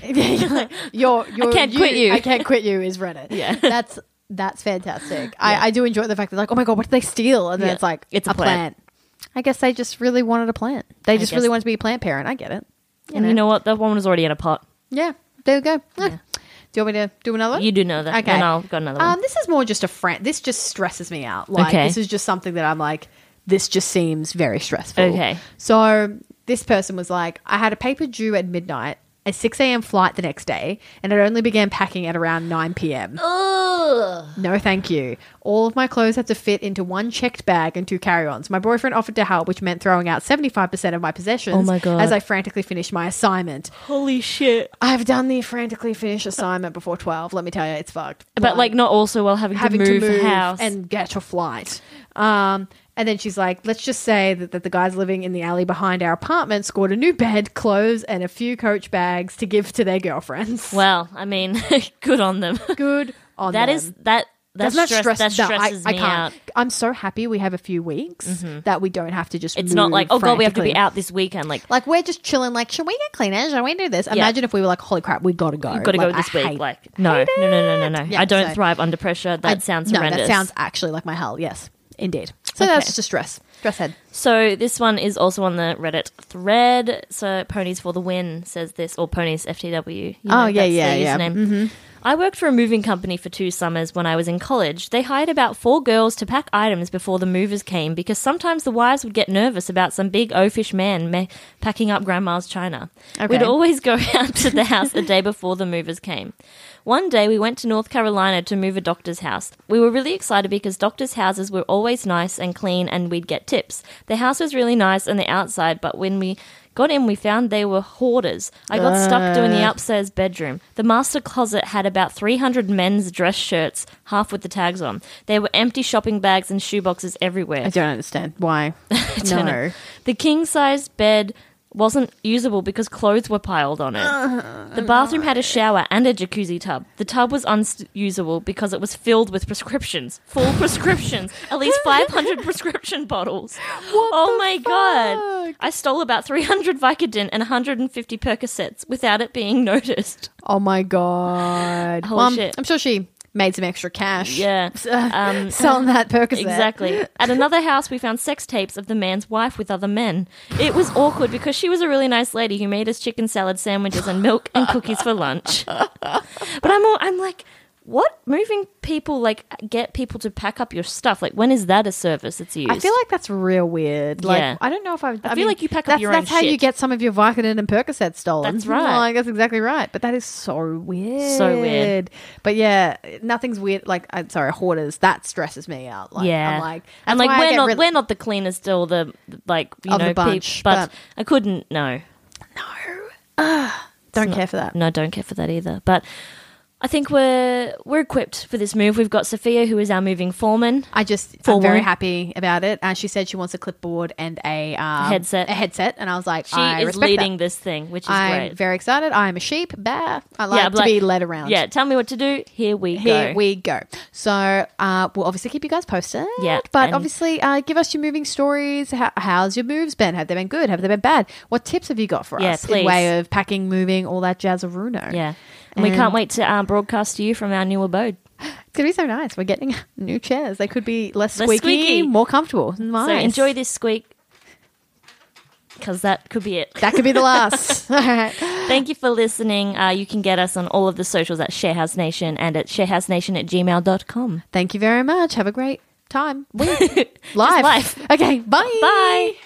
Speaker 2: Your, your,
Speaker 1: can't quit you.
Speaker 2: I can't quit you is Reddit.
Speaker 1: Yeah.
Speaker 2: That's that's fantastic. I, I do enjoy the fact that like, oh my god, what did they steal? And then
Speaker 1: Yeah.
Speaker 2: it's like
Speaker 1: It's a
Speaker 2: a plant.
Speaker 1: plant.
Speaker 2: I guess they just really wanted a plant. They just
Speaker 1: guess-
Speaker 2: really wanted to be a plant parent. I get it.
Speaker 1: and you know what? That one was already in a pot.
Speaker 2: Yeah. There we go. Eh. Do you want me to do another?
Speaker 1: You do know that.
Speaker 2: Okay.
Speaker 1: And I've got another one.
Speaker 2: Um, this is more just a friend. This just stresses me out. Like
Speaker 1: Okay.
Speaker 2: this is just something that I'm like, this just seems very stressful.
Speaker 1: Okay.
Speaker 2: So this person was like, I had a paper due at midnight, a six a.m. flight the next day, and it only began packing at around nine p.m. No, thank you. All of my clothes had to fit into one checked bag and two carry-ons. My boyfriend offered to help, which meant throwing out seventy-five percent of my possessions.
Speaker 1: Oh my God.
Speaker 2: As I frantically finished my assignment,
Speaker 1: Holy shit.
Speaker 2: I've done the frantically finish assignment before twelve. Let me tell you, it's fucked.
Speaker 1: But like not also while having,
Speaker 2: having
Speaker 1: to move,
Speaker 2: to move
Speaker 1: house.
Speaker 2: and get a flight. Um, and then she's like, let's just say that, that the guys living in the alley behind our apartment scored a new bed, clothes, and a few coach bags to give to their girlfriends.
Speaker 1: well, I mean, good on them.
Speaker 2: Good on
Speaker 1: That
Speaker 2: them.
Speaker 1: is that that,
Speaker 2: Doesn't that
Speaker 1: stress,
Speaker 2: stress-
Speaker 1: that
Speaker 2: no, I-
Speaker 1: stresses
Speaker 2: I,
Speaker 1: me out.
Speaker 2: can't. Mm-hmm. I'm so happy we have a few weeks that we don't have to just.
Speaker 1: It's not
Speaker 2: move
Speaker 1: like, oh god, we have to be
Speaker 2: frantically.
Speaker 1: out this weekend. Like,
Speaker 2: Like we're just chilling. Like, should we get cleaners? Should we do this? Imagine if we were like, holy crap, we gotta go.
Speaker 1: gotta
Speaker 2: Like,
Speaker 1: go this
Speaker 2: I
Speaker 1: week.
Speaker 2: hate-
Speaker 1: like, no, no, no, no, no, no.
Speaker 2: Yeah,
Speaker 1: I don't
Speaker 2: so-
Speaker 1: thrive under pressure. That
Speaker 2: I-
Speaker 1: sounds
Speaker 2: no,
Speaker 1: horrendous.
Speaker 2: That sounds actually like my hell. Yes, indeed. So
Speaker 1: Okay.
Speaker 2: that's just a stress. Stress head.
Speaker 1: So this one is also on the Reddit thread. So ponies for the win says this, or ponies FTW. You
Speaker 2: Oh, yeah,
Speaker 1: that's
Speaker 2: yeah,
Speaker 1: their
Speaker 2: yeah. Mm-hmm.
Speaker 1: username. I worked for a moving company for two summers when I was in college. They hired about four girls to pack items before the movers came because sometimes the wives would get nervous about some big oafish man ma- packing up grandma's china. We'd
Speaker 2: Okay.
Speaker 1: always go out to the house the day before the movers came. One day we went to North Carolina to move a doctor's house. We were really excited because doctors' houses were always nice and clean and we'd get tips. The house was really nice on the outside, but when we got in, we found they were hoarders. I got stuck doing the upstairs bedroom. The master closet had about 300 men's dress shirts, half with the tags on. There were empty shopping bags and shoeboxes everywhere.
Speaker 2: I don't understand why. no.
Speaker 1: don't know. The king sized bed wasn't usable because clothes were piled on it. The bathroom had a shower and a jacuzzi tub. The tub was unusable because it was filled with prescriptions. Full prescriptions. At least 500 prescription bottles. oh my god. I stole about 300 Vicodin and 150 Percocets without it being noticed.
Speaker 2: Oh my god.
Speaker 1: Holy
Speaker 2: Well, I'm-
Speaker 1: shit.
Speaker 2: I'm sure she made some extra cash.
Speaker 1: Yeah. Um,
Speaker 2: Selling that Percocet.
Speaker 1: Exactly. At another house, we found sex tapes of the man's wife with other men. It was awkward because she was a really nice lady who made us chicken salad sandwiches and milk and cookies for lunch. But I'm, all, I'm like, what moving people like get people to pack up your stuff? Like, when is that a service that's used?
Speaker 2: I feel like that's real weird. Like
Speaker 1: Yeah.
Speaker 2: I don't know if I. I, feel
Speaker 1: like you pack up
Speaker 2: that's,
Speaker 1: your
Speaker 2: That's
Speaker 1: own
Speaker 2: how you
Speaker 1: shit.
Speaker 2: get some of your Vicodin and Percocet stolen.
Speaker 1: That's right.
Speaker 2: Like, that's exactly right. But that is so weird.
Speaker 1: So weird.
Speaker 2: But yeah, nothing's weird. Like I'm sorry, hoarders. That stresses me out. Like,
Speaker 1: yeah,
Speaker 2: I'm like,
Speaker 1: and
Speaker 2: that's
Speaker 1: like
Speaker 2: why I
Speaker 1: we're
Speaker 2: get
Speaker 1: not
Speaker 2: really-
Speaker 1: we're not the cleanest or the like you
Speaker 2: Of the
Speaker 1: know peop-
Speaker 2: bunch,
Speaker 1: but,
Speaker 2: but-
Speaker 1: I couldn't no
Speaker 2: don't care for that.
Speaker 1: no I don't care for that either. But I think we're we're equipped for this move. We've got Sophia who is our moving foreman.
Speaker 2: I just
Speaker 1: For
Speaker 2: I'm very
Speaker 1: one.
Speaker 2: happy about it. Uh, she said she wants a clipboard and a um,
Speaker 1: headset.
Speaker 2: A headset, and I was like,
Speaker 1: She
Speaker 2: I
Speaker 1: is
Speaker 2: respect
Speaker 1: leading
Speaker 2: That.
Speaker 1: this thing, which is
Speaker 2: I'm
Speaker 1: great.
Speaker 2: very excited. I'm a sheep. Bah. I like
Speaker 1: I'm
Speaker 2: to be led around.
Speaker 1: Yeah, tell me what to do. Here we
Speaker 2: Here
Speaker 1: go.
Speaker 2: we go. So uh, we'll obviously keep you guys posted.
Speaker 1: Yeah,
Speaker 2: But
Speaker 1: and-
Speaker 2: obviously, uh, give us your moving stories. How, how's your moves been? Have they been good? Have they been bad? What tips have you got for
Speaker 1: Yeah,
Speaker 2: us in
Speaker 1: please.
Speaker 2: way of packing, moving, all that jazzaruno?
Speaker 1: yeah. And we can't wait to uh, broadcast to you from our new abode.
Speaker 2: It's going to be so nice. We're getting new chairs. They could be less
Speaker 1: Less
Speaker 2: squeaky,
Speaker 1: squeaky.
Speaker 2: more comfortable. Nice.
Speaker 1: So enjoy this squeak because that could be it.
Speaker 2: That could be the last. all right.
Speaker 1: Thank you for listening. Uh, you can get us on all of the socials at Sharehouse Nation and at sharehousenation at gmail.com.
Speaker 2: Thank you very much. Have a great time. Week. Live.
Speaker 1: life.
Speaker 2: Okay. Bye.
Speaker 1: Bye.